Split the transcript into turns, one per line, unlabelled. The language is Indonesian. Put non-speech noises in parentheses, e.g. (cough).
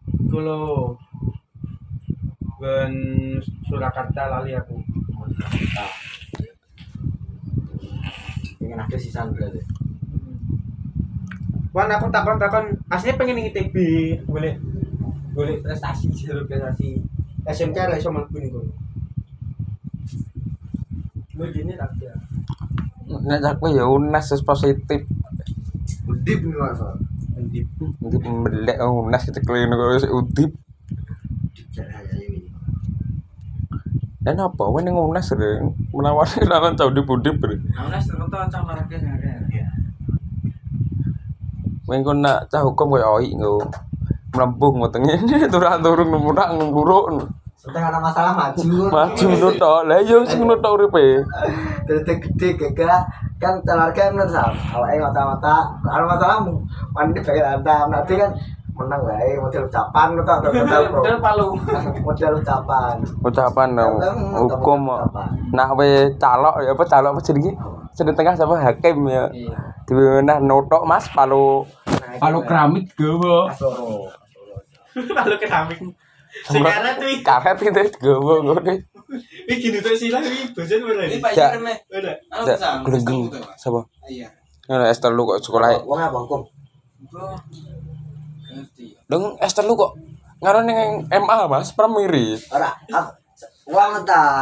Bengkulu ben Surakarta lali aku
Nah. Pengen ada sisan berarti.
Hmm. Wan aku takon-takon aslinya pengen ning ITB boleh boleh prestasi jalur prestasi SMK lah iso mlebu ning kono Gue gini tak ya.
Nek aku ya UNES terus positif.
Udip nih Pak Sol.
Mendip.
Nanti melek UNES kita keliling kok wis udip.
Udip jalan aja ini.
Dan apa wae ning UNES reng menawar (laughs) lawan tau dipudip reng.
Nah, ternyata cang marake nyare.
Ya.
Weng kon nak cah hukum koyo oi nggo. Melembung wetenge (laughs) turun-turun murak nguruk.
Sudah ada masalah maju.
Maju ngono tok. Lah yo sing ngono tok uripe.
Dari gede gagah kan telur kan bener sam. Awalnya mata-mata. Kalau masalahmu, mandi pengen ada. Nanti kan menang lah. eh, Model ucapan lu tau tau
(laughs)
tau bro.
Udah palu.
(laughs) Model ucapan.
ucapan dong
Ucapan,
hukum
ucapan.
nah we calok ya apa calok apa jenenge jeneng tengah sama hakim ya
Iya.
Dewe nah notok mas palu palu keramik gowo
Asoro.
Palu keramik.
Sekarang
tuh
karet itu gowo ngono
iki gini tuh sih lah iki dosen bener.
Ini Pak
Ya.
Iyer meh.
Bener.
Anu
Dak,
bisa.
gelenggeng
bisa, Pak.
sapa
Iya.
ngono es telu kok sekolah e?
Wong apa hukum?
Gua nggak ngerti.
dong es telu kok ngaruh ning MA mas pramiri
Ora. ah, Wong ta.